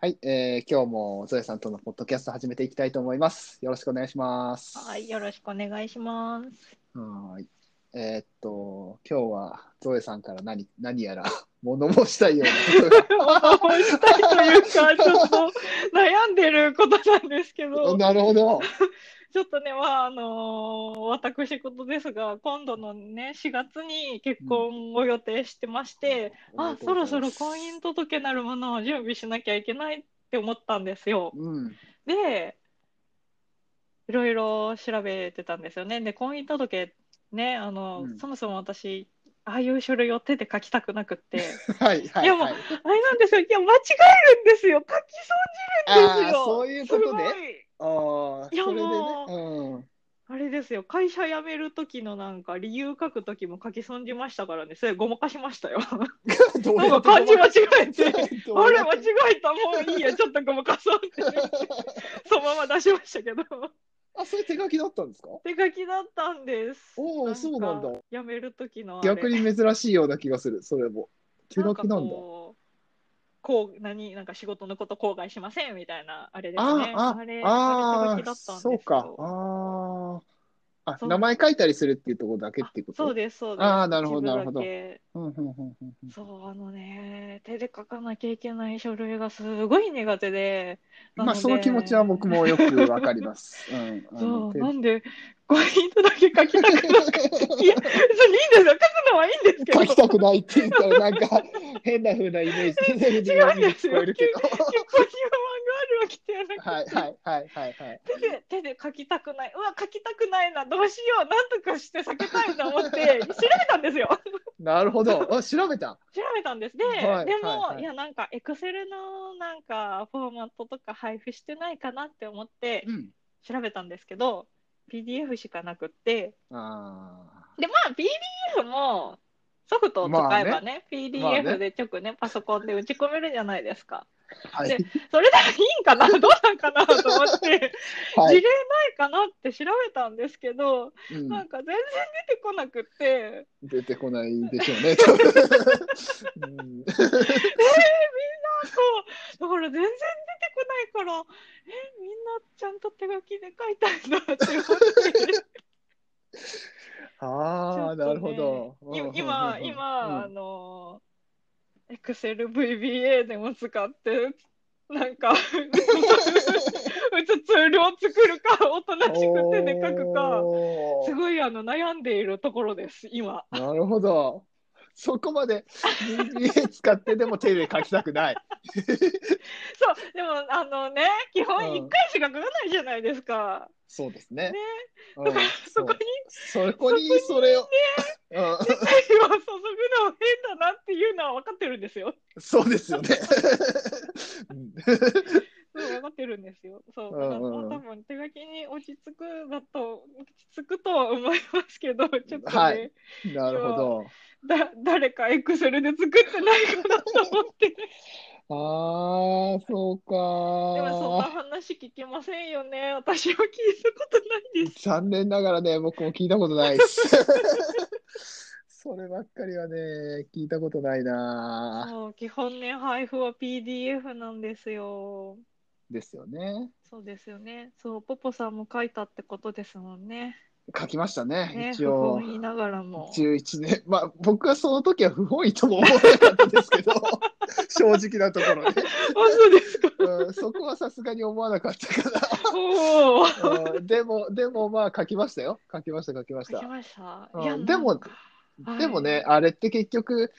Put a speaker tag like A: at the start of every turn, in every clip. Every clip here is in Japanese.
A: はい、えー今日もゾエさんとのポッドキャスト始めていきたいと思います。よろしくお願いします。
B: はい、よろしくお願いし ます。
A: はーいえーっと、今日はゾエさんから何何やら 物申したいようなこ
B: したいというか、ちょっと悩んでることなんですけ
A: と、
B: ど
A: なるほど。
B: ちょっとね、まあ、あのー私事ですが、今度のね、4月に結婚を予定してまして、あ、そろそろ婚姻届なるものを準備しなきゃいけないって思ったんですよ。
A: うん。
B: で、いろいろ調べてたんですよね。で、婚姻届、ね、あの、
A: うん
B: そもそも私、ああいう書類を手で書きたくなくって。
A: はいはいい
B: やもう
A: はい。
B: あれなんですよ。いや、間違えるんですよ。書きそうになるんで
A: あ
B: すよ。
A: ーそういうことね
B: すごい
A: ああ、そ
B: いや
A: れでね。
B: あれですよ。会社辞めるときのなんか理由書くときも書き損じましたからね。それごまかしましたよ。
A: うん。 ど
B: なんか漢字間違えて。
A: どうやって
B: あれ間違えた。もういいや。ちょっとごまかそうって。そのまま出しましたけど。
A: あ、それ手書きだったんですか
B: 手書きだったんです。
A: おー
B: か
A: そうなんだ
B: 辞めるときのあれ
A: 逆に珍しいような気がする、それも。手書きなんだ。
B: こうこう何なんか仕事のこと口外しませんみたいなあれですね。
A: ああ
B: れ、あ
A: あ
B: れ手書きだ
A: あ、
B: ったんです
A: そうか。
B: よ
A: ああ。あ、
B: そう
A: 名前書いたりするっていうところだけってこと
B: そうです、そうです。
A: あーなるほど
B: 一部だけ
A: なるほうんうんうんうんうん
B: そう、あのね、手で書かなきゃいけない書類がすごい苦手で、な
A: まあ、
B: で
A: その気持ちは僕もよくわかります。うんあ
B: そ
A: の
B: う、
A: 手
B: なんで、ポイントだけ書きたくなく て、いや、別にいいんですよ、書くのはいいんですけ ど、
A: 書きたくないって言ったら、なんか変な風なイメージで、
B: 違うんです
A: 聞こ
B: よ
A: えるけど。
B: 結構暇があるわけではなく て、
A: はいはいはいはいはい。
B: 手で、手で書きたくない、うわ、書きたくないな、どうしよう、なんとかして避けたいと思 って、調べたんですよ。
A: なるほ ど。あ調べた。
B: 調べたんです。で、
A: はい
B: でも、
A: はい
B: い
A: はい
B: や、なんか、エクセルのなんか、フォーマットとか配布してないかなって思って
A: う、ん。
B: 調べたんですけど、PDF しかなくって、
A: あ
B: で、まあ、PDF も、ソフトを使えばね、
A: まあ
B: PDF
A: ね
B: で直ね、パソコンで打ち込めるじゃないですか。
A: あ。はい
B: で それならいいん かな、どうなんかなと思って、
A: は
B: 事例
A: い。
B: ないかなって調べたんですけど、
A: うん
B: なんか全然出てこなく って、
A: 出てこないでしょうね。 うん
B: そうだから全然出てこないからえみんなちゃんと手書きで書いたんだって思って
A: ああ、なるほど。
B: ちょっとねい今
A: うん
B: 今、
A: うん
B: あのエクセル VBA でも使ってな んかうつツールを作るかおとなしく手で書くか
A: おー
B: すごいあの悩んでいるところです今
A: なるほど。そこまで BBA 使ってでも手で書きたくない。
B: そうでもあのね基本
A: うん
B: 1回しか書かないじゃないですか、
A: そうですね。
B: ね
A: うん
B: だから
A: そ
B: そう こに
A: そこにそれを、うん
B: 太陽を注ぐのは変だなっていうのは分かってるんですよ。
A: そうです よね。うん
B: うん分かってるんですよ。そ
A: う
B: う、
A: んうんうん
B: だから多分手書きに落ち着くだと落ち着くとは思いますけど、ちょっとね、
A: はいなるほ
B: だ誰かエクセルで作ってないかなと思って、で
A: ど。ああ、そう
B: もそんな
A: か。
B: 話聞きませんよね。私は聞いたことないです。
A: 残念ながらね、僕も聞いたことない です。そればっかりはね、聞いたことないな。
B: そう基本ね配布は PDF なんですよ。
A: ですよね。
B: そうですよね。そうポポさんも書いたってことですもんね。
A: 書きましたね、
B: ね
A: 一
B: 不
A: 応。
B: 本意ながらも。
A: 11年、まあ、僕はその時は不本意とも思わなかったです けど、正直なところね、
B: あそうですか。
A: うん、そこはさすがに思わなかったか
B: おお。
A: ら、うん、でも、でもまあ、書きましたよ、書きました、書きまし
B: 書
A: た
B: き。ました。
A: うん
B: いや
A: でも
B: なんかはい
A: でもね、あれって結局、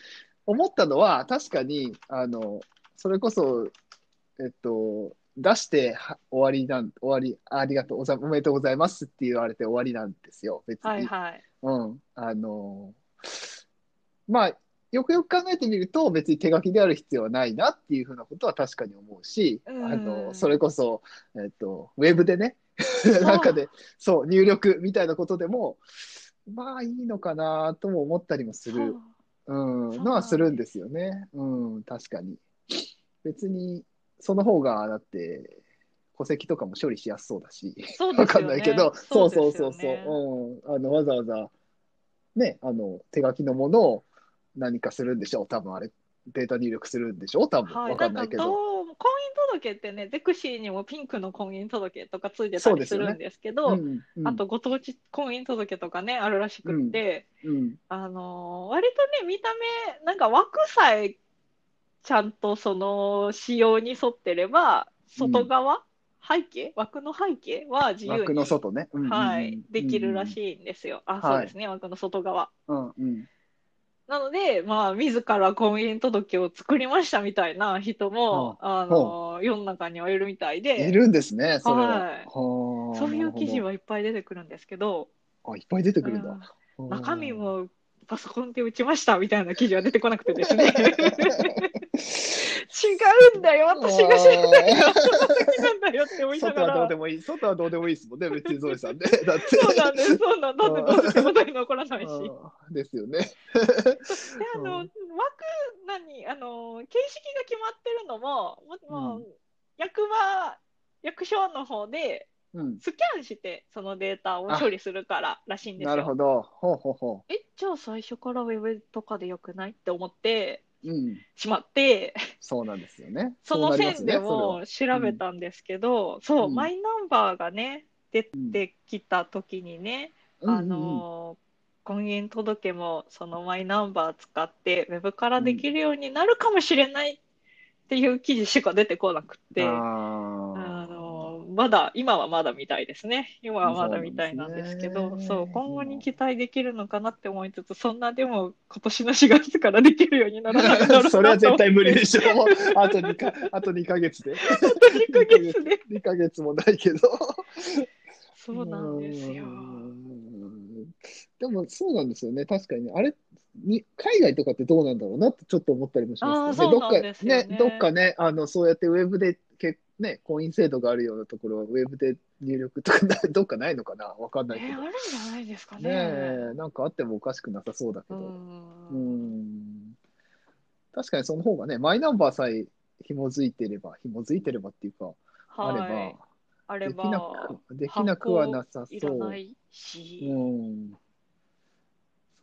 A: 思ったのは、確かに、あのそれこそ、えっと、出しては終わりなん、終わり、ありがとうございます、おめでとうございますって言われて終わりなんですよ、別に。
B: はいはい。
A: うん、あのまあよくよく考えてみると別に手書きである必要はないなっていうふうなことは確かに思うし、
B: うん
A: あのそれこそ、えっと、ウェブで ねなんかでそう入力みたいなことでもまあいいのかなとも思ったりもする、うん、
B: そう
A: のはするんですよね、うん、確かに別にその方がだって戸籍とかも処理しやすそうだし
B: そう
A: わかんないけど、そうそうそう
B: ですよね
A: そう、うん、あのわざわざ、ね、あの手書きのものを何かするんでしょう、多分あれ、データ入力するんでしょう、多分
B: は
A: わ
B: い、
A: か
B: なんん
A: な
B: か
A: いけど。
B: どう婚姻届ってね、ゼクシーにもピンクの婚姻届とかついてたりするんですけど、
A: うんうん
B: あとご当地婚姻届とかね、あるらしくって、
A: うん
B: あのー割とね、見た目、なんか枠さえちゃんとその仕様に沿ってれば、外側、背景、枠の背景は自由に、
A: 枠の外ね。うんうんうん
B: はい、できるらしいんですよ。あ、
A: はい
B: そうですね、枠の外側。
A: うんうん。
B: なので、まあ、自ら婚姻届を作りましたみたいな人も、あの世の中にはいるみたいで、
A: いるんですね、それは。
B: はい
A: はあ
B: そういう記事
A: なる
B: はいっぱい出てくるんですけど、
A: ほど。あ、いっぱい出てくるん
B: う
A: だ
B: ん。中身もパソコンで打ちましたみたいな記事は出てこなくてで すね、違うんだよ、私が知りたいのはその時なんだよって思いな
A: 外
B: が
A: はどう
B: ら
A: で。もいい。外はどうでもいいです もんね、別にゾエさんで。だって。
B: そうなんです、そうなんだってどうせことに残らないし。で、
A: うんですよね。
B: あの、
A: う
B: 枠、何、あの、形式が決まってるのも、ももう、
A: う
B: 役場、役所の方で、
A: うん。
B: スキャンして、そのデータを処理するかららしいんですよ。
A: なるほど。ほうほうほ
B: え、じゃあ最初からウェブとかでよくないって思って
A: う。うん。
B: しま って、
A: そうなんですよね。
B: そ
A: そう
B: の
A: なります
B: 線
A: ね
B: でも調べたんですけど、そう、
A: うん
B: マイナンバーがね、出
A: うん
B: てきた時にね、
A: それは
B: あのー婚姻届もそのマイナンバー使ってウェブからできるようになるかもしれないっていう記事しか出てこなくて、あ
A: あー
B: のーまだ今はまだみたいですね今はまだみたいなんですけ
A: そう
B: ど
A: な
B: そ
A: んですね
B: う今後に期待できるのかなって思いつつそんなでも今年の4月からできるようにならないだろうな
A: それは絶対無理
B: で
A: でしょ。もうあと2か、 あと2ヶ月で。
B: 2ヶ月で
A: 2ヶ月もないけど。
B: そうなんですよ
A: うーんでもそうなんですよね、確かにね、あれに、海外とかってどうなんだろうなってちょっと思ったりもしますけどね、
B: あーそうなんですよ
A: ど
B: ね
A: っかね、どっかね、あのそうやってウェブでけ、ね、婚姻制度があるようなところは、ウェブで入力とかな、どっかないのかな、わかん
B: え
A: ないけ
B: ーあ
A: ど、
B: るんじゃないですかね
A: ねえ、なんかあってもおかしくなさそうだけ
B: う
A: ど、
B: ん
A: うーん、確かにその方がね、マイナンバーさえ紐づいてれば、紐づいてればっていうか、あれば、
B: はい、あれ
A: でき
B: ば
A: なく、できなくはなさ
B: い
A: そ
B: ら
A: う。
B: ないし、
A: うん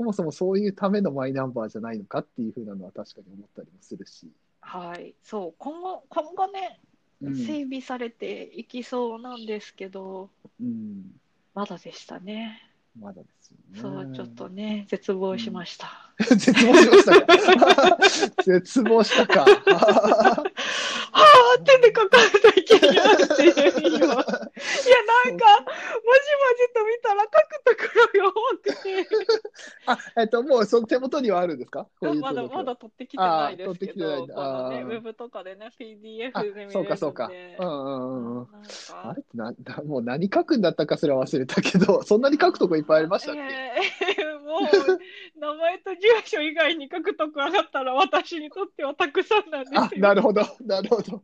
A: そもそもそういうためのマイナンバーじゃないのかっていうふうなのは確かに思ったりもするし。
B: はい、そう今後今後ね、
A: うん
B: 整備されていきそうなんですけど、
A: うん
B: まだでしたね。
A: まだです
B: そ
A: よね。
B: うちょっと。ね絶望しました。
A: 絶望しま したか。絶望したか。
B: ああ手で書かないといけないって いう意味は。いやなんかまじまじと見たら書くところが多くて、
A: あ、えっと、もうその手元にはあるんですかこういう
B: まだま
A: 届
B: だ取ってきてないで
A: あー
B: す
A: 取
B: け
A: ってきてない
B: ど、
A: んだ
B: このね
A: あ
B: ウ
A: ー
B: ェブとかでね PDF
A: あ
B: で見れるんで、
A: そうかそうかけ。うんうんうんうん。
B: なん
A: あ
B: か
A: れってな、なもう何書くんだったかすら忘れたけど、 そんなに書くとこいっぱいありましたっけ、
B: えーもう名前と住所以外に書くとこあったら私にとってはたくさんなんで
A: あ
B: す、よ。
A: なるほど、 なるほど。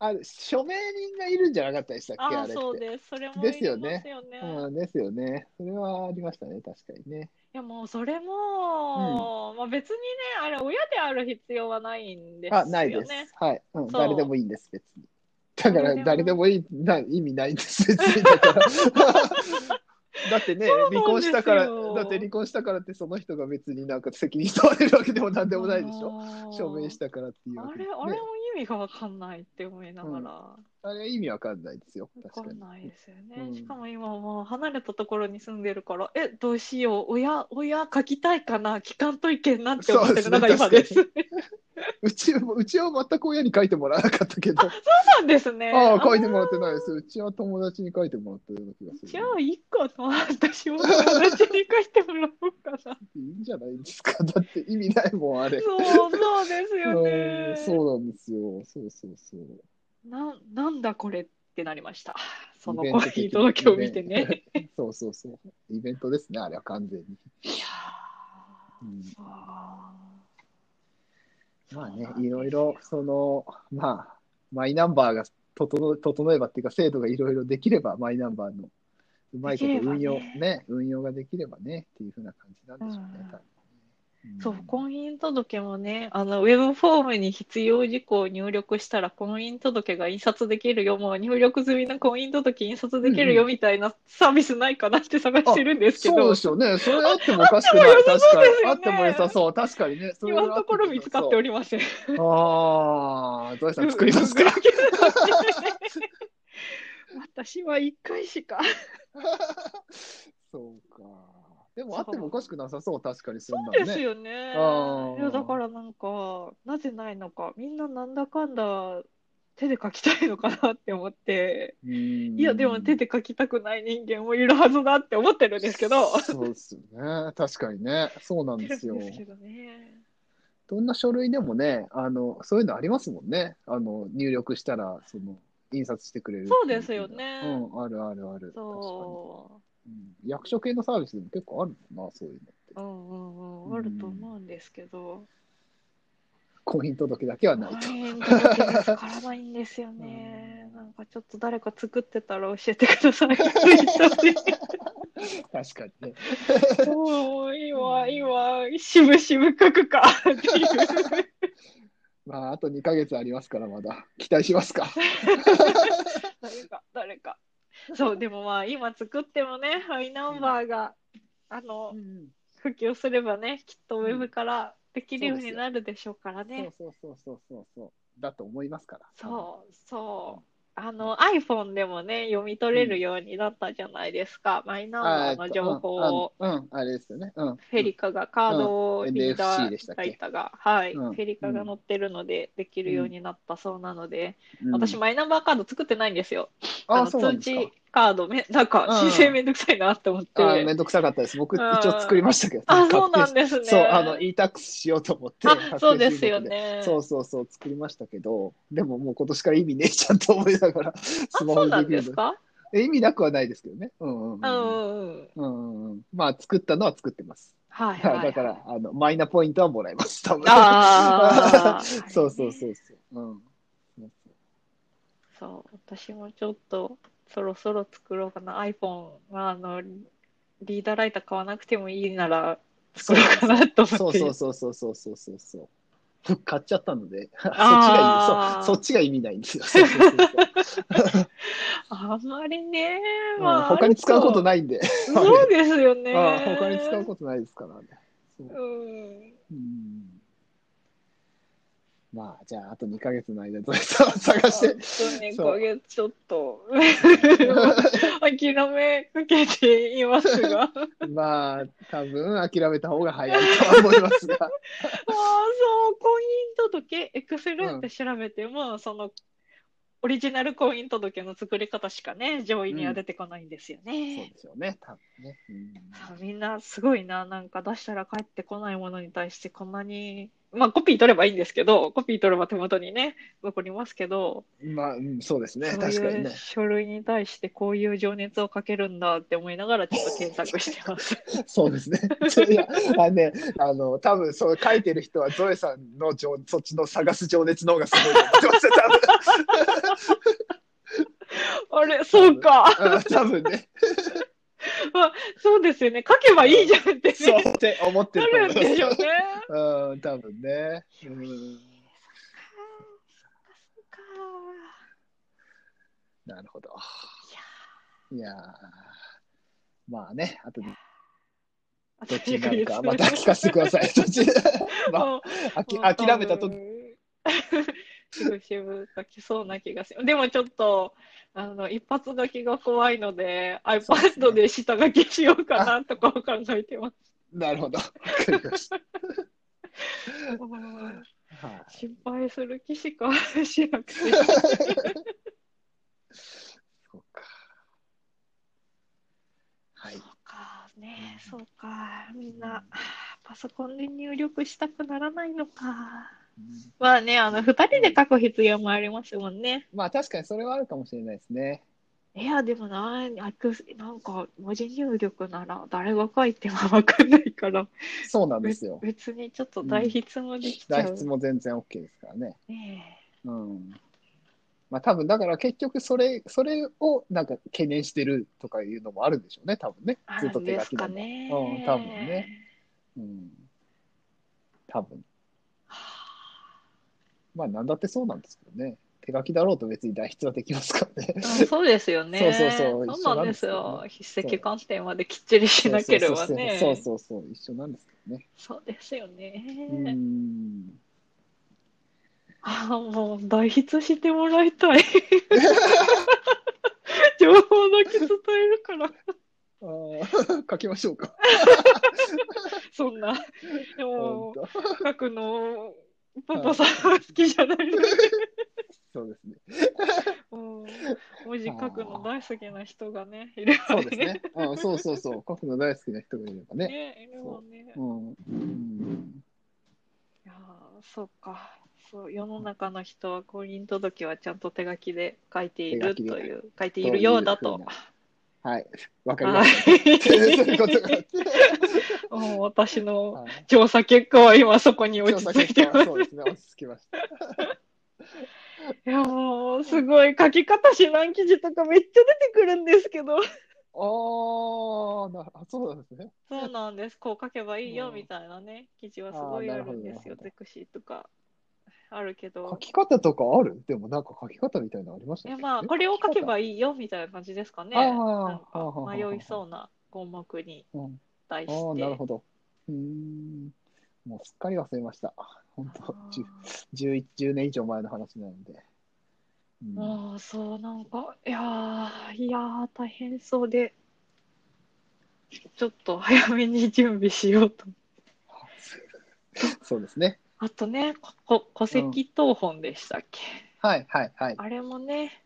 A: あれ、署名人がいるんじゃなかったでしたっけ、あれっ
B: あ
A: て。
B: そうです。それも
A: ですよね
B: いりますよね
A: うん、ですよね。それはありましたね、確かにね。
B: いやもうそれも、まあ別にねあれ親である必要はないんですよね。
A: あ、ないです。はい、うん。
B: そう
A: 誰でもいいんです、別に。だから、誰
B: 誰
A: で
B: で
A: もいいな、意味ないんです、 別に。だから だってね、
B: そうなんで
A: 離
B: すよ
A: 婚したから、だって離婚したからって、その人が別になんか責任問われるわけでもなんでもないでしょ。
B: ょ
A: 署名したからっていうわ
B: あ
A: け
B: れ
A: で、ね。
B: あれも意味がわかんないって思いながら、
A: うん
B: わ
A: あれ意味わかんないですよ、
B: か
A: 確か
B: ん
A: に。
B: ないですよ
A: うん
B: ね。しかも今もう離れたところに住んでるから、えどうしよう親親書きたいかな聞かんといけんなって思ってるのが今です
A: そ。うち、うちは全く親に書いてもらわなかったけど。
B: そうなんですね。
A: ああ、書いて
B: あ
A: もらってないです。うちは友達に書いてもらったような気がする。
B: じゃあ、いいかな。私も友達に書いてもらおう かな。
A: いいんじゃないですか。だって意味ないもん、あれ。
B: そう、そうですよ
A: うん
B: ね。
A: そうなんですよ。そうそうそう。
B: な、なんだこれってなりました。その
A: イベン
B: コ
A: ト
B: ーヒ
A: 的
B: ー届を見てね。
A: そうそうそう。イベントですね、あれは完全に。
B: いやー
A: うん
B: そう
A: まあ
B: そう
A: ね
B: なんで、すよ
A: いろいろ、その、まあ、マイナンバーが整整えばっていうか、制度がいろいろできれば、マイナンバーのうまいこと
B: できれば
A: 運
B: ね
A: 用、ね運用ができればね、っていうふうな感じなんでしょうね、
B: うん
A: 多分ね
B: そう、婚姻届もね、あの、ウェブフォームに必要事項を入力したら、婚姻届が印刷できるよ、もう入力済みの婚姻届印刷できる
A: う
B: よみたいなサービスないかなって探してるんですけ
A: そう
B: ど
A: で、しょうね。それあってもおかしくない。
B: あ
A: 確かに。あ
B: あ
A: っ
B: ってて
A: も
B: も
A: 良
B: 良
A: さ
B: さ
A: そう。確かにね。それ
B: 今のところ見つかってお
A: り
B: りません。
A: あゾエさん作りますか
B: 私は1回しか。
A: そうか。でもあってもおかしくなさそう、確かにそんな
B: で
A: の
B: す
A: ね。
B: よね。
A: あー
B: いやだからなんかなぜないのかみんななんだかんだ手で書きたいのかなって思って
A: い
B: いやでも手で書きたくない人間もいるはずだって思ってるんですけど。
A: そうですよね。確かにね。そうなんですよ
B: 思っ。てるんですけどね。
A: どんな書類でもね、あの、そういうのありますもんね。あの、入力したら、その、印刷してくれるっていの
B: そうですよね
A: うん、あるあるある。
B: そ
A: 確かに、うん役所系のサービスでも結構あるもんな、そういうのって。
B: う。うんうんうん。あると思うんですけど。
A: 婚姻届だけはない
B: 大
A: と。
B: 変だらけ見つからないんですよね。なんかちょっと誰か作ってたら教えてください。
A: 確かにね。
B: もう今、今、しぶしぶ書くかっていう。
A: まあ、あと2ヶ月ありますから、まだ。期待しますか。
B: 誰か、誰か。そう、でもまあ今作ってもね、ハイナンバーが、あの、普及すればね、きっとウェブからできるようになるでしょうからね。
A: そうそうそうそうそうそう。だと思いますから。
B: そうそう。あの iPhone でもね、読み取れるようになったじゃないですか。マイナンバーの情報を、
A: あえっとうんあのうん、あれですよね。うん。
B: フェリカがカードを
A: うん
B: リーダ
A: NFC でした
B: ー
A: っけ
B: ライターが、はい、
A: うん
B: フェリカが載ってるのでできるようになったそうなので、
A: うん
B: 私、マイナンバーカード作ってないんですよ。
A: あ
B: の
A: そうなん
B: 通
A: ですか
B: 知カードめ、なんか
A: うん
B: 申請めんどくさいなって思って。
A: あーめんどくさかったです。僕、一
B: うん
A: 応作りましたけど、
B: あ、そうなん
A: で
B: ですね。
A: そう、あの、e-tax しようと思って。
B: あそうですよ
A: 確定申
B: ね
A: 告で。。そうそうそう、作りましたけど、でももう今年から意味ねえじゃんと思いながら、
B: あ、
A: スマ
B: そ
A: ホ
B: う
A: で
B: な
A: で
B: ん
A: きる
B: ですか
A: え意味なくはないですけどね。うんうん
B: う
A: うん。
B: んうんうん。
A: うんうんうん、まあ、作ったのは作ってます。
B: はい
A: はい
B: はい、はい。
A: だから、あの、マイナポイントはもらえます、多分。
B: あ ー
A: そうそうそうそう。うん。そうそう
B: そう、私もちょっとそろそろ作ろうかな。iPhone はあのリーダーライター買わなくてもいいなら作ろうかなと
A: そ
B: 思っ
A: う
B: て。
A: そうそうそうそうそうそうそう。僕買っちゃったの で、そっちがいい
B: あー
A: そうそっちが意味ないんですよ。そうそう そう
B: あんまりね、
A: うん
B: まあ、
A: 他に使うこと
B: い。
A: ないんで。
B: そうですよね。
A: あー他に使うことないですからね。そう
B: うん。
A: うんまあ、じゃあ、あと2ヶ月の間、どれかを探して。
B: ね、
A: そう
B: 今月ちょっと 諦めかけていますが、ああ
A: まあ、多分諦めた方が早いとは思います が。
B: そう婚姻届エクセルって調べても、そのオリジナル婚姻届の作り方しかね上位には出てこないんですよ
A: そ
B: ね。
A: うでしょうね、多分ね。うん
B: さあみんなすごいな、なんか出したら帰ってこないものに対してこんなに、まあコピー取ればいいんですけど、コピー取れば手元にね、残りますけど、
A: まあ、うん、そうですね、
B: そう
A: 確か
B: い
A: に
B: う
A: ね。
B: 書類に対してこういう情熱をかけるんだって思いながらちょっと検索してます。
A: そうです ね。いや、あのね、あの、多分そう書いてる人は、ゾエさんの情、そっちの探す情熱の方がすごいと思ってますよ、
B: あれ、そうか、
A: 多分。うん多分 ね、
B: そうですよね、書けばいいじゃんって
A: そう
B: ね、
A: って思って
B: な
A: ると思
B: る
A: います
B: んでしょうね。
A: うん、多分ね。うん
B: か
A: なるほど。いやーまあね、あと
B: あ
A: どっちにな
B: と
A: る
B: 二
A: か、
B: ヶ月
A: また聞かせてください。どっちま
B: もう
A: あ、あき
B: もう
A: 諦めた と
B: 多分しぶしぶ書きそうな気がする。でもちょっと、あの、一発書きが怖いので、
A: そうですね
B: iPad で下書きしようかなとかを考え てます。
A: なるほど。わかりました。
B: うん
A: はい
B: 心配する気しかしなくて。
A: そうか。はい
B: そう。か、ね、そうか。みんな、パソコンで入力したくならないのか。まあね、あの、二人で書く必要もありますもんね。
A: まあ確かにそれはあるかもしれないですね。
B: いや、でもな、あくなんか、文字入力なら誰が書いてもわかんないから、
A: そうなんですよ。
B: 別にちょっと代筆もできちゃ
A: 代
B: う
A: 筆。も全然 OK ですからね。
B: ねえ
A: うん。まあ多分だから結局それ、それをなんか懸念してるとかいうのもあるんでしょうね、多分ね。
B: あ
A: ずっと
B: るん
A: 手
B: で
A: 書
B: す
A: きな
B: か
A: のは。
B: ね。
A: うん多分ね。うん。多分。まあなんだってそうなんですけどね。手書きだろうと別に代筆はできますからね。
B: あそうですよね。
A: そうそうそう
B: そうなんですよ。筆跡鑑定まできっちりしなければね。
A: そうそうそう、一緒なんですけどね。
B: そうですよね。
A: うん。
B: ああ、もう代筆してもらいた い。情報だけ伝えるから。
A: あー 書きましょうか。
B: そんな。で
A: 本
B: も、
A: 当
B: 書くの、パパさんは好きじゃないので。
A: そうですね。
B: うん文字書くの大好きな人がね、いれば
A: そうです ね。うん、そうそうそう。書くの大好きな人がいればね。
B: ね、いればね。
A: うん。うん、
B: いやーそうか。そう世の中の人は婚姻届はちゃんと手書きで書いている
A: 手書きで
B: という書いているようだと。
A: はい。わかりま
B: は
A: した。そういうことがあっ
B: い。
A: て。
B: もう私の
A: はい
B: 調査結果は今そこに落
A: 調
B: ち
A: 査
B: 着い
A: 結
B: て
A: 果
B: ま
A: は
B: す
A: そ。うですね。落ち着きました。
B: いやもうすごい書き方指南記事とかめっちゃ出てくるんですけど。
A: あーなあ、そうなんですね。
B: そうなんです。こう書けばいいよ
A: うん
B: みたいなね、記事は
A: あ
B: す
A: ー
B: ごい
A: な
B: あ
A: るほ
B: る
A: ど
B: んですよ。
A: な
B: ゼクシーとかあるけ
A: 書
B: ど。
A: き方とかあるでもなんか書き方みたいなのありまし
B: い
A: た
B: やまあ、これを書けばいいよみたいな感じですかね。
A: あー
B: なん
A: はあはあ
B: か
A: はあ
B: 迷いそうな項目に
A: いい。うん、
B: 対
A: あ
B: し
A: あ、
B: て。
A: なるほど。うーん。もうすっかり忘れました。本当
B: あ
A: 10
B: ー
A: 11 10年以上前の話なので。うん、
B: もうそうなんかいやーいやー大変そうでちょっと早めに準備しようと
A: そうですね。
B: あとねここ戸籍謄本でしたっけ、
A: はいはいはい。
B: あれもね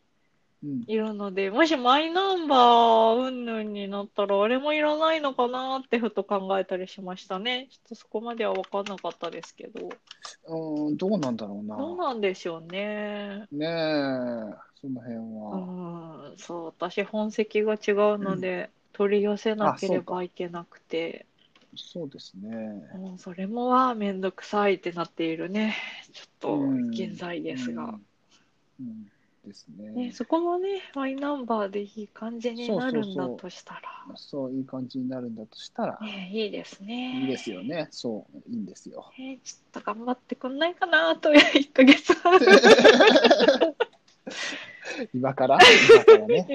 A: うん、
B: いるのでもしマイナンバー云々になったらあれもいらないのかなってふと考えたりしましたねちょっとそこまでは分かんなかったですけど
A: うーん、どうなんだろうな。
B: どうなんでしょうね
A: ねえ、その辺
B: う
A: は。
B: んそう私本籍が違うので、取り寄せなければいけなくて。
A: そうですね。
B: もうそれもはめんどくさいってなっているね、ちょ
A: うん
B: っと現在ですが、
A: うん。うんですね。
B: ね、そこもね、マイナンバーでいい感じになる
A: そ
B: んだ
A: うそうそう
B: としたら、
A: そういい感じになるんだとしたら、
B: ね、いいですね。
A: いいですよね。そう、いいんです よ。
B: ねちょっと頑張ってくんないかなと、1ヶ月 半。
A: 今から今からね。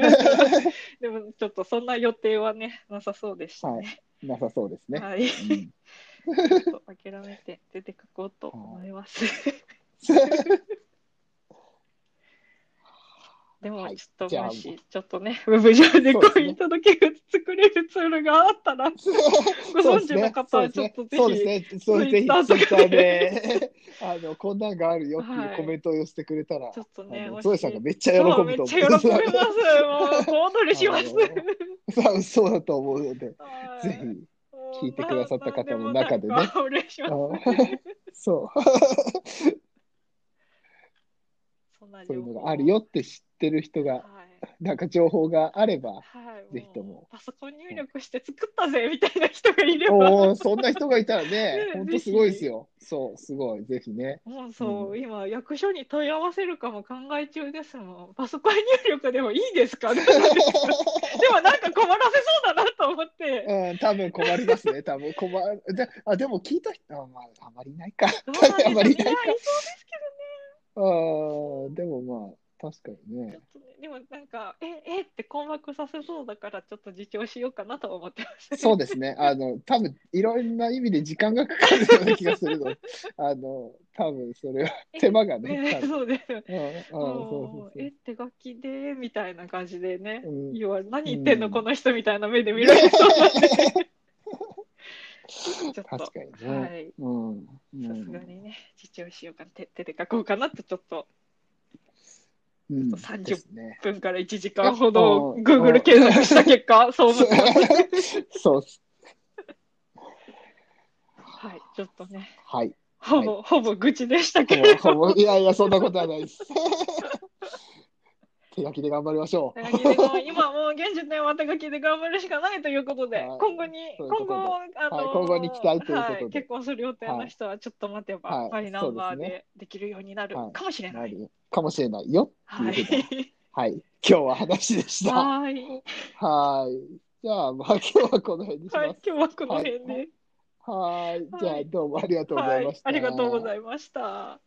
B: でもちょっとそんな予定はね、なさそうでしたね。
A: なさそうですね。
B: はい、
A: うん
B: ちょっと諦めて出て書こうと思います。でも
A: はい
B: ちょっ
A: じ
B: と
A: ゃあ
B: もし、ちょっとね、ウェブ上で
A: そうですね
B: 婚姻届が作れるツールがあったら、ご
A: そうで
B: 存
A: す
B: 知の
A: ね
B: 方
A: そう
B: は
A: です
B: ちょ
A: ね
B: っとぜ
A: そうです
B: ひ、
A: ね。そうぜひツイ
B: Twitter とかで
A: ッターで、 あの、こんなんがあるよってい
B: は
A: う
B: い
A: コメントを寄せてくれたら、
B: ちょっとね
A: あ、の
B: もし
A: ゾエさんがめっちゃ喜ぶ
B: そう
A: と
B: めっ
A: 思う。
B: ちゃ喜びます。もう、小躍りします。
A: そうそうだと思うので、ぜひ。
B: ひ
A: 聞いてくださった方の中でね
B: お礼します。
A: そう
B: そんな
A: そうい
B: 情
A: うの
B: 報
A: があるよって知ってる人
B: はい
A: が、なんか情報があれば、
B: はい
A: ぜひとも。
B: パソコン入力して作ったぜみたいな人がいれば、
A: お
B: も
A: お、そんな人がいたらね
B: ね、
A: 本当すごいですよ。そう、すごい、ぜひね。
B: うそう、
A: うん
B: 今、役所に問い合わせるかも考え中ですもん。パソコン入力でもいいで すかねでもなんか困らせそうだなと思って。
A: うん、多分困りますね、多分困る。であでも聞いた人は、まあ、あまりいないか。
B: どうなんでしょ
A: あ
B: うみん
A: ま
B: な
A: り
B: いい
A: な
B: そう
A: いか
B: ですけど
A: あーでもまあ、確かに
B: ちょ
A: ね
B: っ。とね、でもなんか、え、えって困惑させそうだから、ちょっと自重しようかなとは思ってました。
A: そうです ね、あの、多分いろんな意味で時間がかかるような気がするので、あの、多分それは手間がね、
B: ね
A: 多分
B: そうですよね。
A: うん、うん、そうそう
B: も
A: そ
B: う
A: う
B: え、。手書きで、みたいな感じでね、
A: うん
B: 要は何言ってんの、
A: うん
B: この人みたいな目で見られ そうなんで、ちょっと、
A: 確かにね。
B: はい、
A: うん。うん
B: さすがにね、自重しようかな、手手で書こうかなって、ちょっと、
A: うん、
B: 30
A: ですね。
B: 1分から1時間ほど、
A: うん
B: Google 検索した結果、そう 思ってます。
A: そうっす。
B: はい、ちょっとね、
A: はい。
B: ほぼ、ほぼ愚痴でしたけれど。
A: ほぼほぼいやいや、そんなことはないです。 手書きで頑張りましょう。
B: 手書きでも今もう現時点は手書きで頑張るしかないということで、
A: はい
B: 今後に
A: そういうこと
B: 今
A: で
B: 後あのー
A: はい今後に期待ということで
B: は結婚する予定の人はちょっと待てば、
A: はい
B: マイナンバ
A: そう
B: ー
A: です
B: でできるようになる
A: はい
B: かもしれな。
A: ないるかもしれないよって
B: はいいう
A: ことで。はい。今日は話でした。は
B: はい、
A: い。じゃあ、まあ今日はこの辺にしま
B: はい、
A: す。
B: 今日はこの辺で、
A: はい。じゃ
B: は
A: あ、
B: い
A: どうもありがとうございました。
B: ありがとうございました。